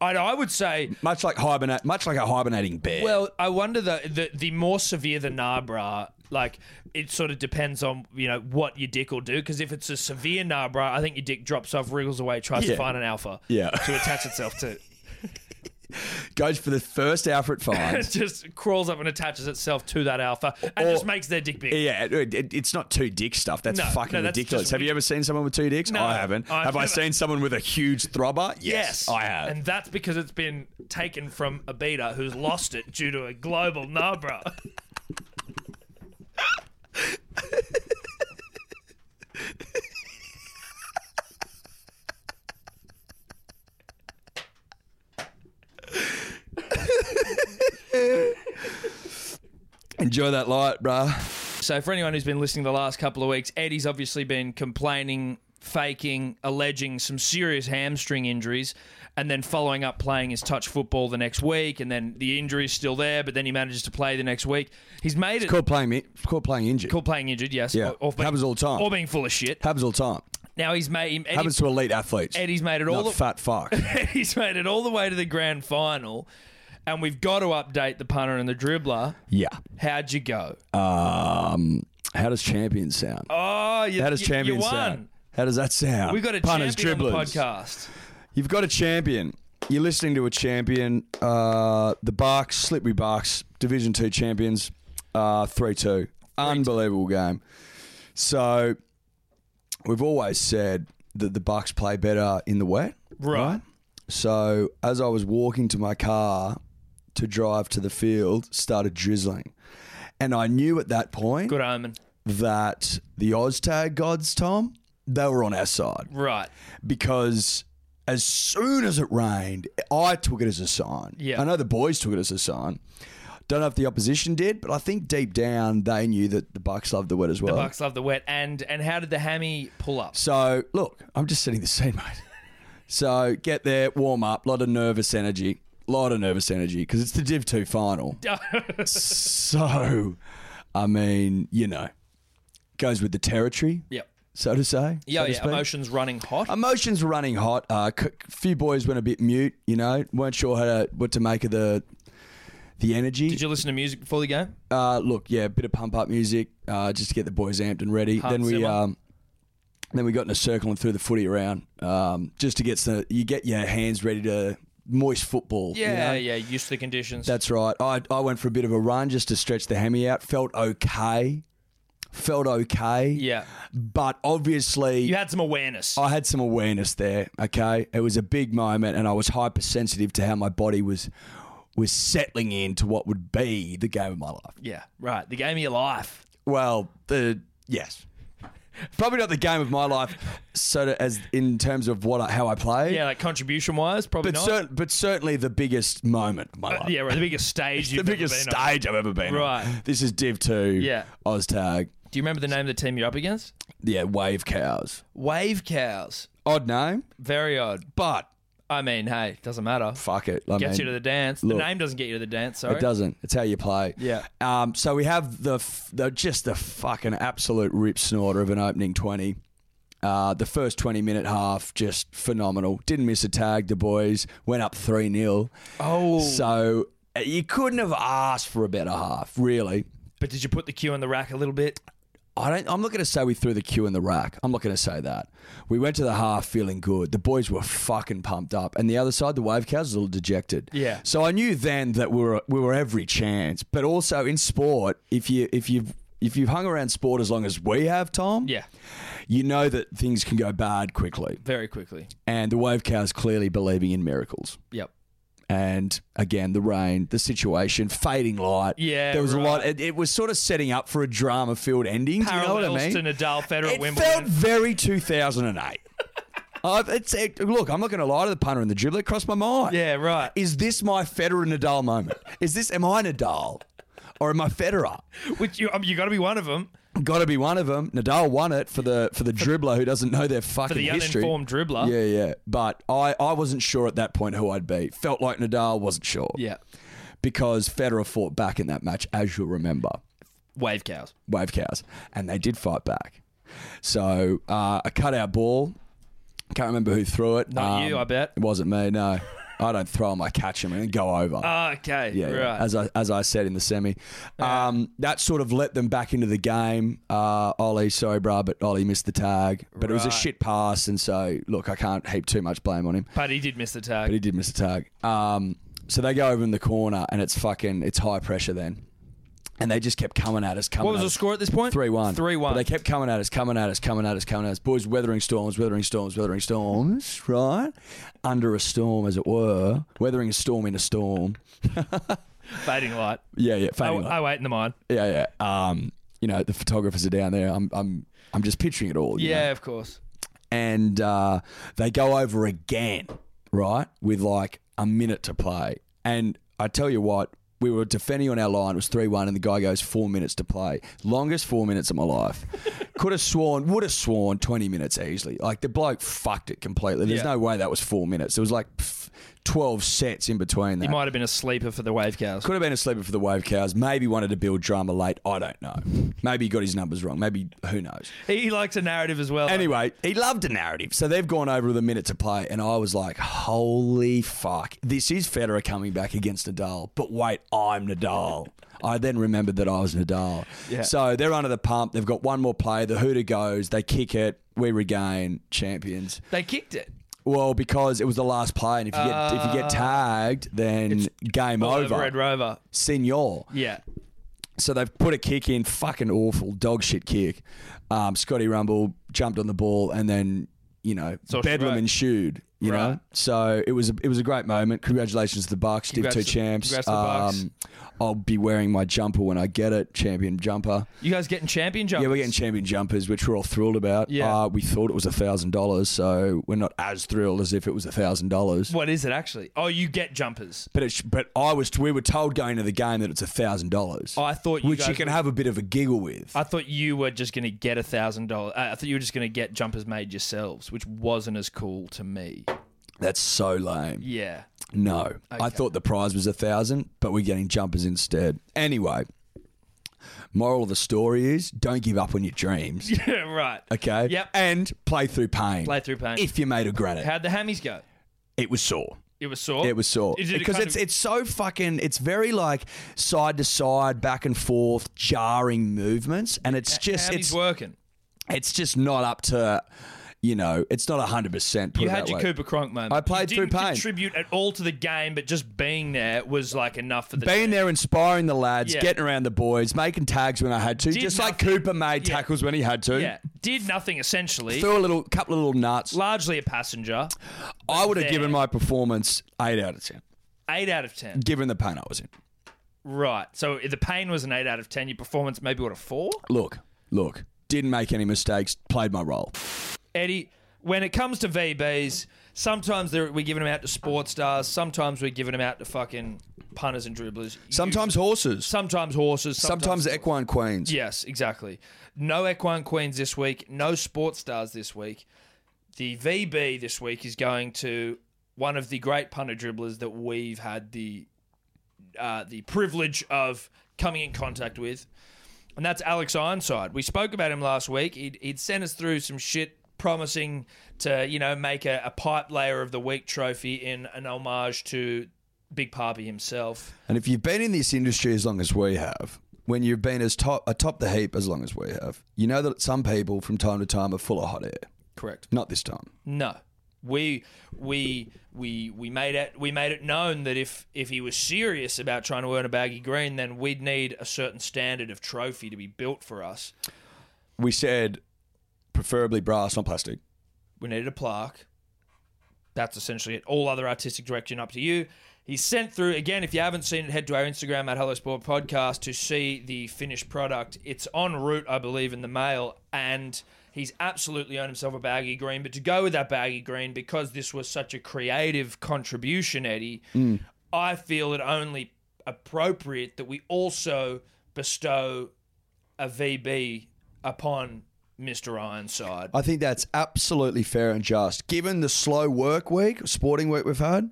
[SPEAKER 2] I, I would say.
[SPEAKER 3] much like hibernate, much like a hibernating bear.
[SPEAKER 2] Well, I wonder the, the the more severe the Nabra, like it sort of depends on you know what your dick will do. Because if it's a severe Nabra, I think your dick drops off, wriggles away, tries
[SPEAKER 3] Yeah.
[SPEAKER 2] to find an alpha,
[SPEAKER 3] Yeah.
[SPEAKER 2] to attach itself to.
[SPEAKER 3] goes for the first alpha it
[SPEAKER 2] it
[SPEAKER 3] finds.
[SPEAKER 2] just crawls up and attaches itself to that alpha and
[SPEAKER 3] Or-
[SPEAKER 2] just makes their dick big.
[SPEAKER 3] Yeah, it, it- it's not two dick stuff. That's
[SPEAKER 2] No,
[SPEAKER 3] fucking
[SPEAKER 2] no, that's
[SPEAKER 3] ridiculous.
[SPEAKER 2] just-
[SPEAKER 3] Have you ever seen someone with two dicks?
[SPEAKER 2] No,
[SPEAKER 3] I haven't.
[SPEAKER 2] I've
[SPEAKER 3] have I
[SPEAKER 2] never-
[SPEAKER 3] seen someone with a huge throbber?
[SPEAKER 2] Yes,
[SPEAKER 3] I have.
[SPEAKER 2] and that's because it's been taken from a beta who's lost it due to a global nabra.
[SPEAKER 3] Enjoy that light, bruh.
[SPEAKER 2] So, for anyone who's been listening the last couple of weeks, Eddie's obviously been complaining, faking, alleging some serious hamstring injuries, and then following up playing his touch football the next week, and then the injury's still there, but then he manages to play the next week. He's made it
[SPEAKER 3] Called playing me. Called playing injured.
[SPEAKER 2] cool playing injured, yes,
[SPEAKER 3] Yeah.
[SPEAKER 2] or, or being,
[SPEAKER 3] Happens all the time.
[SPEAKER 2] or being full of shit.
[SPEAKER 3] Happens all the time.
[SPEAKER 2] Now he's made him. Eddie,
[SPEAKER 3] Happens to elite athletes.
[SPEAKER 2] Eddie's made it all.
[SPEAKER 3] not
[SPEAKER 2] the-
[SPEAKER 3] fat fuck.
[SPEAKER 2] he's made it all the way to the grand final, and we've got to update the punter and the dribbler.
[SPEAKER 3] yeah.
[SPEAKER 2] How'd you go?
[SPEAKER 3] Um. How does champion sound?
[SPEAKER 2] Oh, you,
[SPEAKER 3] How does
[SPEAKER 2] you-
[SPEAKER 3] champion
[SPEAKER 2] you won.
[SPEAKER 3] sound? How does that sound?
[SPEAKER 2] We got a
[SPEAKER 3] Punters,
[SPEAKER 2] champion on the
[SPEAKER 3] dribblers.
[SPEAKER 2] podcast.
[SPEAKER 3] You've got a champion. You're listening to a champion. Uh, the Barks, Slippery Barks, Division Two champions, uh, three two. Unbelievable game. So we've always said that the Bucks play better in the wet.
[SPEAKER 2] Right.
[SPEAKER 3] So as I was walking to my car to drive to the field, started drizzling. And I knew at that point
[SPEAKER 2] Good omen.
[SPEAKER 3] that the Oztag gods, Tom, they were on our side
[SPEAKER 2] Right.
[SPEAKER 3] because as soon as it rained, I took it as a sign.
[SPEAKER 2] Yeah.
[SPEAKER 3] I know the boys took it as a sign. Don't know if the opposition did, but I think deep down they knew that the Bucks loved the wet as well.
[SPEAKER 2] Bucks love the wet. And and how did the hammy pull up?
[SPEAKER 3] So look, I'm just setting the scene, mate. So get there, warm up, lot of nervous energy, lot of nervous energy because it's the Div Two final. so, I mean, you know, goes with the territory,
[SPEAKER 2] yep.
[SPEAKER 3] so to say.
[SPEAKER 2] Yeah,
[SPEAKER 3] so to
[SPEAKER 2] yeah.
[SPEAKER 3] speak.
[SPEAKER 2] Emotions running hot.
[SPEAKER 3] Um, Emotions were running hot. A uh, c- few boys went a bit mute, you know, weren't sure how to, what to make of the the energy.
[SPEAKER 2] did you listen to music before the game?
[SPEAKER 3] Uh, look, yeah, a bit of pump up music uh, just to get the boys amped and ready.
[SPEAKER 2] Hans
[SPEAKER 3] then we
[SPEAKER 2] Zimmer.
[SPEAKER 3] um, then we got in a circle and threw the footy around um, just to get the you get your hands ready to moist football. you
[SPEAKER 2] Yeah,
[SPEAKER 3] know?
[SPEAKER 2] yeah. Used to the conditions.
[SPEAKER 3] That's right. I, I went for a bit of a run just to stretch the hammy out. Felt okay. Felt okay.
[SPEAKER 2] yeah.
[SPEAKER 3] But obviously,
[SPEAKER 2] You had some awareness.
[SPEAKER 3] I had some awareness there. Okay, it was a big moment, and I was hypersensitive to how my body was was settling into what would be the game of my life.
[SPEAKER 2] yeah. Right. The game of your life.
[SPEAKER 3] Well, the yes, probably not the game of my life. So to, as in terms of what I, how I played,
[SPEAKER 2] Yeah, like contribution wise, probably
[SPEAKER 3] but
[SPEAKER 2] not. Uh,
[SPEAKER 3] cer- but certainly the biggest moment of my life.
[SPEAKER 2] yeah, right. The biggest stage
[SPEAKER 3] The
[SPEAKER 2] you've ever
[SPEAKER 3] biggest
[SPEAKER 2] been on.
[SPEAKER 3] stage I've ever been on.
[SPEAKER 2] Right.
[SPEAKER 3] This is Div 2,
[SPEAKER 2] Yeah.
[SPEAKER 3] Oztag,
[SPEAKER 2] Do you remember the name of the team you're up against?
[SPEAKER 3] yeah, Wave Cows.
[SPEAKER 2] Wave Cows.
[SPEAKER 3] Odd name,
[SPEAKER 2] Very odd.
[SPEAKER 3] but
[SPEAKER 2] I mean, hey, doesn't matter.
[SPEAKER 3] fuck it. I
[SPEAKER 2] Gets
[SPEAKER 3] mean,
[SPEAKER 2] you to the dance.
[SPEAKER 3] look.
[SPEAKER 2] the name doesn't get you to the dance, sorry.
[SPEAKER 3] It doesn't. It's how you play.
[SPEAKER 2] Yeah.
[SPEAKER 3] Um, so we have the, f- the just the fucking absolute rip snorter of an opening twenty. Uh, the first twenty minute half just phenomenal. Didn't miss a tag. The boys went up three 0
[SPEAKER 2] Oh.
[SPEAKER 3] So uh, you couldn't have asked for a better half, really.
[SPEAKER 2] but did you put the cue in the rack a little bit?
[SPEAKER 3] I don't. I'm not going to say we threw the cue in the rack. I'm not going to say that. We went to the half feeling good. The boys were fucking pumped up, and the other side, the wave cows, was a little dejected.
[SPEAKER 2] Yeah.
[SPEAKER 3] So I knew then that we were we were every chance, but also in sport, if you if you've if you've hung around sport as long as we have, Tom,
[SPEAKER 2] Yeah.
[SPEAKER 3] you know that things can go bad quickly,
[SPEAKER 2] Very quickly.
[SPEAKER 3] and the wave cows clearly believing in miracles.
[SPEAKER 2] Yep.
[SPEAKER 3] And again, the rain, the situation, fading light.
[SPEAKER 2] Yeah,
[SPEAKER 3] there was
[SPEAKER 2] right.
[SPEAKER 3] a lot. It, it was sort of setting up for a drama-filled ending. Do you know what I mean?
[SPEAKER 2] Parallels to Nadal, Federer,
[SPEAKER 3] It
[SPEAKER 2] Wimbledon.
[SPEAKER 3] felt very 2008. I've, it's, it, look, I'm not going to lie to the punter and the dribbler. It crossed my mind.
[SPEAKER 2] yeah, right.
[SPEAKER 3] Is this my Federer Nadal moment? Is this, am I Nadal? Or am I Federer?
[SPEAKER 2] Which you, I mean, you got to be one of them
[SPEAKER 3] Got to be one of them. Nadal won it for the for the dribbler who doesn't know their
[SPEAKER 2] for
[SPEAKER 3] fucking
[SPEAKER 2] the
[SPEAKER 3] history.
[SPEAKER 2] uninformed dribbler.
[SPEAKER 3] Yeah, yeah. But I, I wasn't sure at that point who I'd be. Felt like Nadal wasn't sure.
[SPEAKER 2] Yeah.
[SPEAKER 3] Because Federer fought back in that match, as you'll remember.
[SPEAKER 2] Wave cows.
[SPEAKER 3] wave cows, and they did fight back. So uh, a cutout ball. Can't remember who threw it. Um,
[SPEAKER 2] Not you, I bet.
[SPEAKER 3] It wasn't me. No, I don't throw them. I catch them and go over.
[SPEAKER 2] Ah, Okay.
[SPEAKER 3] yeah, yeah,
[SPEAKER 2] Oh, right.
[SPEAKER 3] as I as I said in the semi, um, that sort of let them back into the game. Uh, Ollie, sorry, bruh, but Ollie missed the tag. But it was a
[SPEAKER 2] Right.
[SPEAKER 3] shit pass, and so look, I can't heap too much blame on him
[SPEAKER 2] but he did miss the tag.
[SPEAKER 3] but he did miss a tag. Um, So they go over in the corner, and it's fucking it's high pressure then, and they just kept coming at us. Coming
[SPEAKER 2] What was
[SPEAKER 3] at
[SPEAKER 2] the
[SPEAKER 3] us.
[SPEAKER 2] score at this point?
[SPEAKER 3] Three one.
[SPEAKER 2] Three
[SPEAKER 3] But they
[SPEAKER 2] one.
[SPEAKER 3] kept coming at us, coming at us, coming at us, coming at us. Boys, weathering storms, weathering storms, weathering storms. Right under a storm, as it were, weathering a storm in a storm.
[SPEAKER 2] Fading light.
[SPEAKER 3] Yeah, yeah.
[SPEAKER 2] I,
[SPEAKER 3] Fading light.
[SPEAKER 2] I wait in the mine.
[SPEAKER 3] Yeah, yeah. Um, you know, the photographers are down there. I'm, I'm, I'm just picturing it all. you know?
[SPEAKER 2] Yeah, of course.
[SPEAKER 3] And uh, they go over again, right, with like a minute to play. And I tell you what, we were defending on our line. It was three one, and the guy goes four minutes to play. Longest four minutes of my life. Could have sworn, would have sworn twenty minutes easily. Like the bloke fucked it completely. There's
[SPEAKER 2] Yeah.
[SPEAKER 3] no way that was four minutes. There was like pff, twelve sets in between that.
[SPEAKER 2] He might have been a sleeper for the wave cows.
[SPEAKER 3] Could have been a sleeper for the Wave Cows. Maybe wanted to build drama late. I don't know. Maybe he got his numbers wrong. Maybe who knows.
[SPEAKER 2] He likes a narrative as well.
[SPEAKER 3] Anyway, he loved a narrative. So they've gone over with a minute to play, and I was like, holy fuck. This is Federer coming back against Nadal, but wait, I'm Nadal. I then remembered that I was Nadal.
[SPEAKER 2] Yeah.
[SPEAKER 3] So they're under the pump. They've got one more play. The hooter goes. They kick it. We regain champions.
[SPEAKER 2] they kicked it.
[SPEAKER 3] Well, because it was the last play, and if you get if you get tagged, then game
[SPEAKER 2] Uh, All over
[SPEAKER 3] over.
[SPEAKER 2] Red Rover.
[SPEAKER 3] Senor.
[SPEAKER 2] Yeah.
[SPEAKER 3] So they've put a kick in, fucking awful, dog shit kick. Um, Scotty Rumble jumped on the ball and then, you know,
[SPEAKER 2] all she
[SPEAKER 3] bedlam
[SPEAKER 2] wrote.
[SPEAKER 3] ensued. You know,
[SPEAKER 2] Right.
[SPEAKER 3] so it was a, it was a great moment. Congratulations to the Bucks, Div
[SPEAKER 2] Congrats
[SPEAKER 3] two
[SPEAKER 2] to-
[SPEAKER 3] champs. Um,
[SPEAKER 2] congrats to the Bucks.
[SPEAKER 3] I'll be wearing my jumper when I get it, champion jumper.
[SPEAKER 2] You guys getting champion jump?
[SPEAKER 3] Yeah, we're getting champion jumpers, which we're all thrilled about.
[SPEAKER 2] Yeah.
[SPEAKER 3] uh, we thought it was a thousand dollars, so we're not as thrilled as if it was a thousand dollars.
[SPEAKER 2] What is it actually? Oh, you get jumpers.
[SPEAKER 3] But it's but I was we were told going to the game that it's a thousand dollars,
[SPEAKER 2] Oh, I thought you
[SPEAKER 3] which
[SPEAKER 2] guys
[SPEAKER 3] you can
[SPEAKER 2] were-
[SPEAKER 3] have a bit of a giggle with.
[SPEAKER 2] I thought you were just going to get a thousand dollars. I thought you were just going to get jumpers made yourselves, which wasn't as cool to me.
[SPEAKER 3] That's so lame.
[SPEAKER 2] Yeah.
[SPEAKER 3] No, I thought the prize was a thousand, but we're getting jumpers instead. Anyway, moral of the story is don't give up on your dreams.
[SPEAKER 2] Yeah. Right.
[SPEAKER 3] Okay.
[SPEAKER 2] Yep.
[SPEAKER 3] And play through pain.
[SPEAKER 2] Play through pain.
[SPEAKER 3] If you made a granite,
[SPEAKER 2] How'd the hammies go?
[SPEAKER 3] it was sore.
[SPEAKER 2] It was sore.
[SPEAKER 3] It was sore
[SPEAKER 2] Is it
[SPEAKER 3] because
[SPEAKER 2] kind
[SPEAKER 3] it's
[SPEAKER 2] of-
[SPEAKER 3] it's so fucking. It's very like side to side, back and forth, jarring movements, and it's just
[SPEAKER 2] hammies
[SPEAKER 3] it's
[SPEAKER 2] working.
[SPEAKER 3] it's just not up to, you know, it's not hundred percent.
[SPEAKER 2] You had your Cooper Cronk moment.
[SPEAKER 3] I played
[SPEAKER 2] you
[SPEAKER 3] through
[SPEAKER 2] didn't
[SPEAKER 3] pain.
[SPEAKER 2] Contribute at all to the game, but just being there was like enough for the
[SPEAKER 3] being
[SPEAKER 2] team.
[SPEAKER 3] there, inspiring the lads,
[SPEAKER 2] Yeah.
[SPEAKER 3] getting around the boys, making tags when I had to, just like
[SPEAKER 2] nothing.
[SPEAKER 3] Cooper made
[SPEAKER 2] Yeah.
[SPEAKER 3] tackles when he had to.
[SPEAKER 2] Yeah, did nothing essentially.
[SPEAKER 3] Threw a little, couple of little nuts.
[SPEAKER 2] largely a passenger.
[SPEAKER 3] I would have
[SPEAKER 2] there.
[SPEAKER 3] given my performance eight out of ten,
[SPEAKER 2] Eight out of ten.
[SPEAKER 3] given the pain I was in.
[SPEAKER 2] Right. So the pain was an eight out of ten. Your performance maybe what a four.
[SPEAKER 3] Look, look, didn't make any mistakes, played my role.
[SPEAKER 2] Eddie, when it comes to VBs, sometimes they're, we're giving them out to sports stars. Sometimes we're giving them out to fucking punters and dribblers. You-
[SPEAKER 3] Sometimes horses,
[SPEAKER 2] sometimes horses.
[SPEAKER 3] sometimes equine queens.
[SPEAKER 2] Yes, exactly. No equine queens this week. No sports stars this week. The VB this week is going to one of the great punter dribblers that we've had the uh, the privilege of coming in contact with, and that's Alex Ironside. We spoke about him last week. He'd, he'd sent us through some shit promising to you know make a, a pipe layer of the week trophy in an homage to Big Papi himself.
[SPEAKER 3] And if you've been in this industry as long as we have, when you've been as top atop the heap as long as we have, you know that some people from time to time are full of hot air.
[SPEAKER 2] Correct.
[SPEAKER 3] Not this time.
[SPEAKER 2] No. We we we we made it we made it known that if if he was serious about trying to earn a baggy green, then we'd need a certain standard of trophy to be built for us.
[SPEAKER 3] we said preferably brass, not plastic.
[SPEAKER 2] We needed a plaque. That's essentially it. All other artistic direction up to you. He sent through again. If you haven't seen it, head to our Instagram at Hello Sport Podcast to see the finished product. It's en route, I believe, in the mail, and he's absolutely earned himself a baggy green. But to go with that baggy green, because this was such a creative contribution, Eddie, I feel it only appropriate that we also bestow a VB upon Mister Ironside.
[SPEAKER 3] I think that's absolutely fair and just. Given the slow work week, sporting week we've had,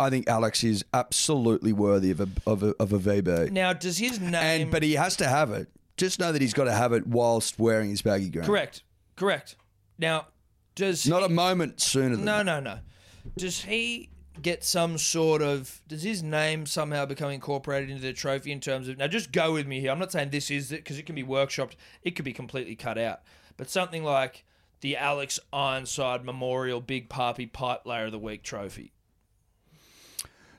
[SPEAKER 3] I think Alex is absolutely worthy of a of a, of a VB.
[SPEAKER 2] Now, does his name?
[SPEAKER 3] And but he has to have it. Just know that he's got to have it whilst wearing his baggy green.
[SPEAKER 2] correct, correct. Now, does
[SPEAKER 3] Not a moment sooner than
[SPEAKER 2] no,
[SPEAKER 3] that.
[SPEAKER 2] no, no. Does he get some sort of? Does his name somehow become incorporated into the trophy in terms of? Now, just go with me here. I'm not saying this is it because it can be workshopped. It could be completely cut out. But something like the Alex Ironside Memorial Big Papi Pipe Layer of the Week trophy.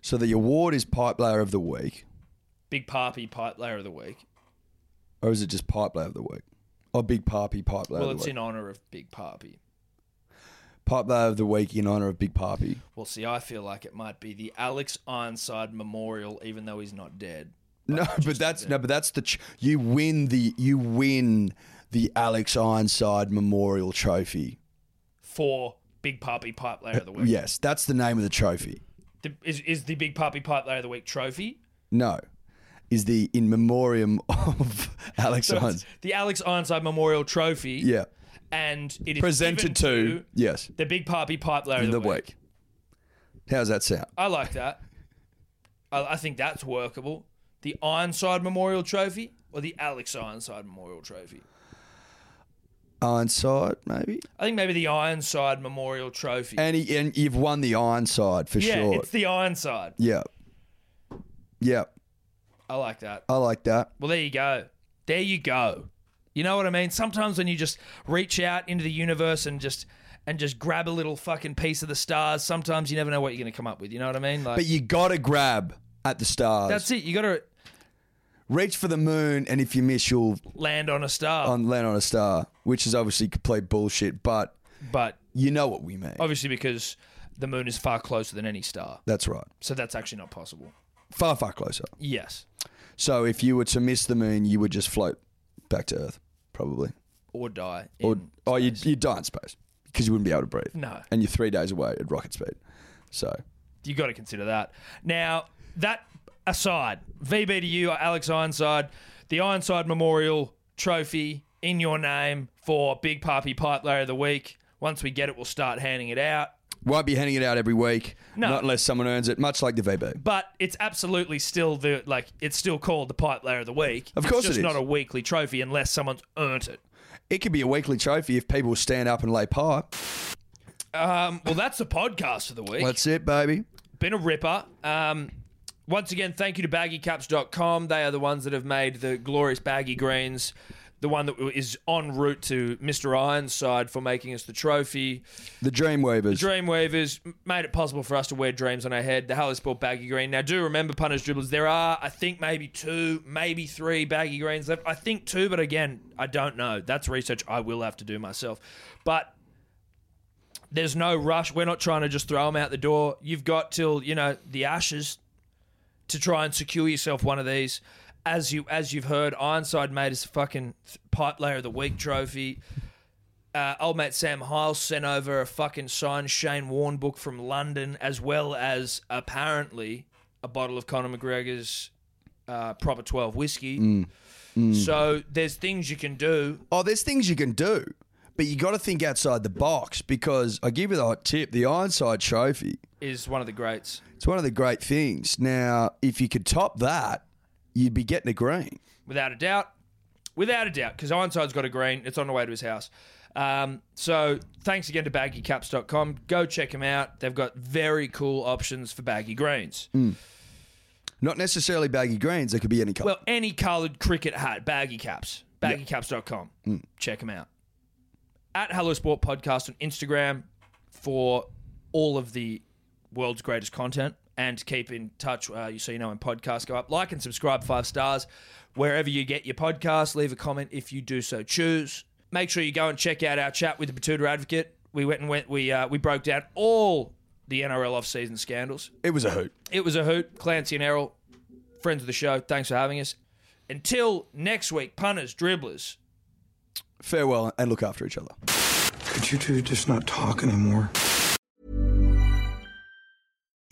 [SPEAKER 3] So the award is pipe layer of the week,
[SPEAKER 2] Big Papi pipe layer of the week.
[SPEAKER 3] or is it just pipe layer of the week? Oh, big Pappy pipe layer.
[SPEAKER 2] Well,
[SPEAKER 3] of the
[SPEAKER 2] it's
[SPEAKER 3] week.
[SPEAKER 2] in honor of Big Papi.
[SPEAKER 3] pipe layer of the week in honor of Big Pappy.
[SPEAKER 2] Well, see, I feel like it might be the Alex Ironside Memorial, even though he's not dead.
[SPEAKER 3] No,
[SPEAKER 2] Oh,
[SPEAKER 3] but that's no, but that's the ch- you win the you win the Alex Ironside Memorial Trophy.
[SPEAKER 2] For Big Papi pipe layer of the week.
[SPEAKER 3] Yes, that's the name of the trophy.
[SPEAKER 2] The- is, is the Big Papi pipe layer of the week trophy?
[SPEAKER 3] No, is the in memoriam of Alex
[SPEAKER 2] So
[SPEAKER 3] Irons.
[SPEAKER 2] it's the Alex Ironside Memorial Trophy.
[SPEAKER 3] Yeah.
[SPEAKER 2] And it is given
[SPEAKER 4] Presented to-
[SPEAKER 3] Yes,
[SPEAKER 2] the Big Papi pipe layer of
[SPEAKER 3] in
[SPEAKER 2] the,
[SPEAKER 3] the
[SPEAKER 2] week.
[SPEAKER 3] week. How's that sound?
[SPEAKER 2] I like that. I, I think that's workable. The Ironside Memorial Trophy or the Alex Ironside Memorial Trophy?
[SPEAKER 3] Ironside, maybe.
[SPEAKER 2] I think maybe the Ironside Memorial Trophy.
[SPEAKER 3] And he, and you've won the Ironside for
[SPEAKER 2] yeah,
[SPEAKER 3] sure.
[SPEAKER 2] it's the Ironside.
[SPEAKER 3] yeah, yeah.
[SPEAKER 2] I like that.
[SPEAKER 3] I like that.
[SPEAKER 2] Well, there you go. There you go. You know what I mean? Sometimes when you just reach out into the universe and just and just grab a little fucking piece of the stars, sometimes you never know what you're going to come up with. You know what I mean? Like
[SPEAKER 3] But you gotta grab at the stars.
[SPEAKER 2] that's it. You got to
[SPEAKER 3] Reach for the moon, and if you miss, you'll
[SPEAKER 2] land on a star.
[SPEAKER 3] on land on a star, which is obviously complete bullshit. But
[SPEAKER 2] but
[SPEAKER 3] you know what we mean.
[SPEAKER 2] obviously because the moon is far closer than any star.
[SPEAKER 3] That's right.
[SPEAKER 2] So that's actually not possible.
[SPEAKER 3] Far, far closer.
[SPEAKER 2] Yes.
[SPEAKER 3] So if you were to miss the moon, you would just float back to Earth, probably.
[SPEAKER 2] Or die.
[SPEAKER 3] Or
[SPEAKER 2] in
[SPEAKER 3] oh, you
[SPEAKER 2] space.
[SPEAKER 3] you die in space because you wouldn't be able to breathe.
[SPEAKER 2] No.
[SPEAKER 3] And you're three days away at rocket speed. So
[SPEAKER 2] you got to consider that. Now, that aside, VB to you, Alex Ironside, the Ironside Memorial Trophy in your name for Big Papi Pipe Layer of the Week. Once we get it, we'll start handing it out.
[SPEAKER 3] won't be handing it out every week.
[SPEAKER 2] No.
[SPEAKER 3] Not unless someone earns it. Much like the VB.
[SPEAKER 2] But it's absolutely still the like it's still called the Pipe Layer of the Week.
[SPEAKER 3] Of course
[SPEAKER 2] it's just
[SPEAKER 3] it is.
[SPEAKER 2] not a weekly trophy unless someone's earned it.
[SPEAKER 3] It could be a weekly trophy if people stand up and lay pipe.
[SPEAKER 2] Um, well, that's the podcast for the week.
[SPEAKER 3] That's it, baby.
[SPEAKER 2] been a ripper. Um, once again, thank you to baggycaps.com. They are the ones that have made the glorious baggy greens, the one that is en route to Mr. Ironside for making us the trophy.
[SPEAKER 3] The Dreamweavers.
[SPEAKER 2] Dreamweavers made it possible for us to wear dreams on our head. The Halley Sport baggy green. Now, do remember, punters, dribblers, there are, I think, maybe two, maybe three baggy greens left. I think two, but again, I don't know. That's research I will have to do myself. But there's no rush. We're not trying to just throw them out the door. You've got till you know the ashes to try and secure yourself one of these. As you as you've heard, Ironside made his fucking th- pipe layer of the week trophy. Uh, old mate Sam Hiles sent over a fucking signed Shane Warne book from London, as well as apparently a bottle of Conor McGregor's uh, proper twelve whiskey. So there's things you can do.
[SPEAKER 3] Oh, there's things you can do, but you got to think outside the box because I give you the hot tip the Ironside Trophy.
[SPEAKER 2] Is one of the greats.
[SPEAKER 3] It's one of the great things. Now, if you could top that, you'd be getting a green.
[SPEAKER 2] without a doubt, without a doubt, because Ironside's got a green. It's on the way to his house. Um, so thanks again to baggycaps.com. Go check them out. They've got very cool options for baggy greens.
[SPEAKER 3] Not necessarily baggy greens, there could be any color.
[SPEAKER 2] Well, any coloured cricket hat, baggy caps, baggycaps.com. Check them out. At Hello Sport Podcast on Instagram for all of the world's greatest content. And to keep in touch, uh, you so you know when podcasts go up. Like and subscribe five stars wherever you get your podcast. Leave a comment if you do so choose. Make sure you go and check out our chat with the Batuta Advocate. We went and went. We uh, we broke down all the NRL off-season scandals.
[SPEAKER 3] it was a hoot.
[SPEAKER 2] It was a hoot. Clancy and Errol, friends of the show, thanks for having us. Until next week, punters, dribblers,
[SPEAKER 3] Farewell and look after each other.
[SPEAKER 1] Could you two just not talk anymore?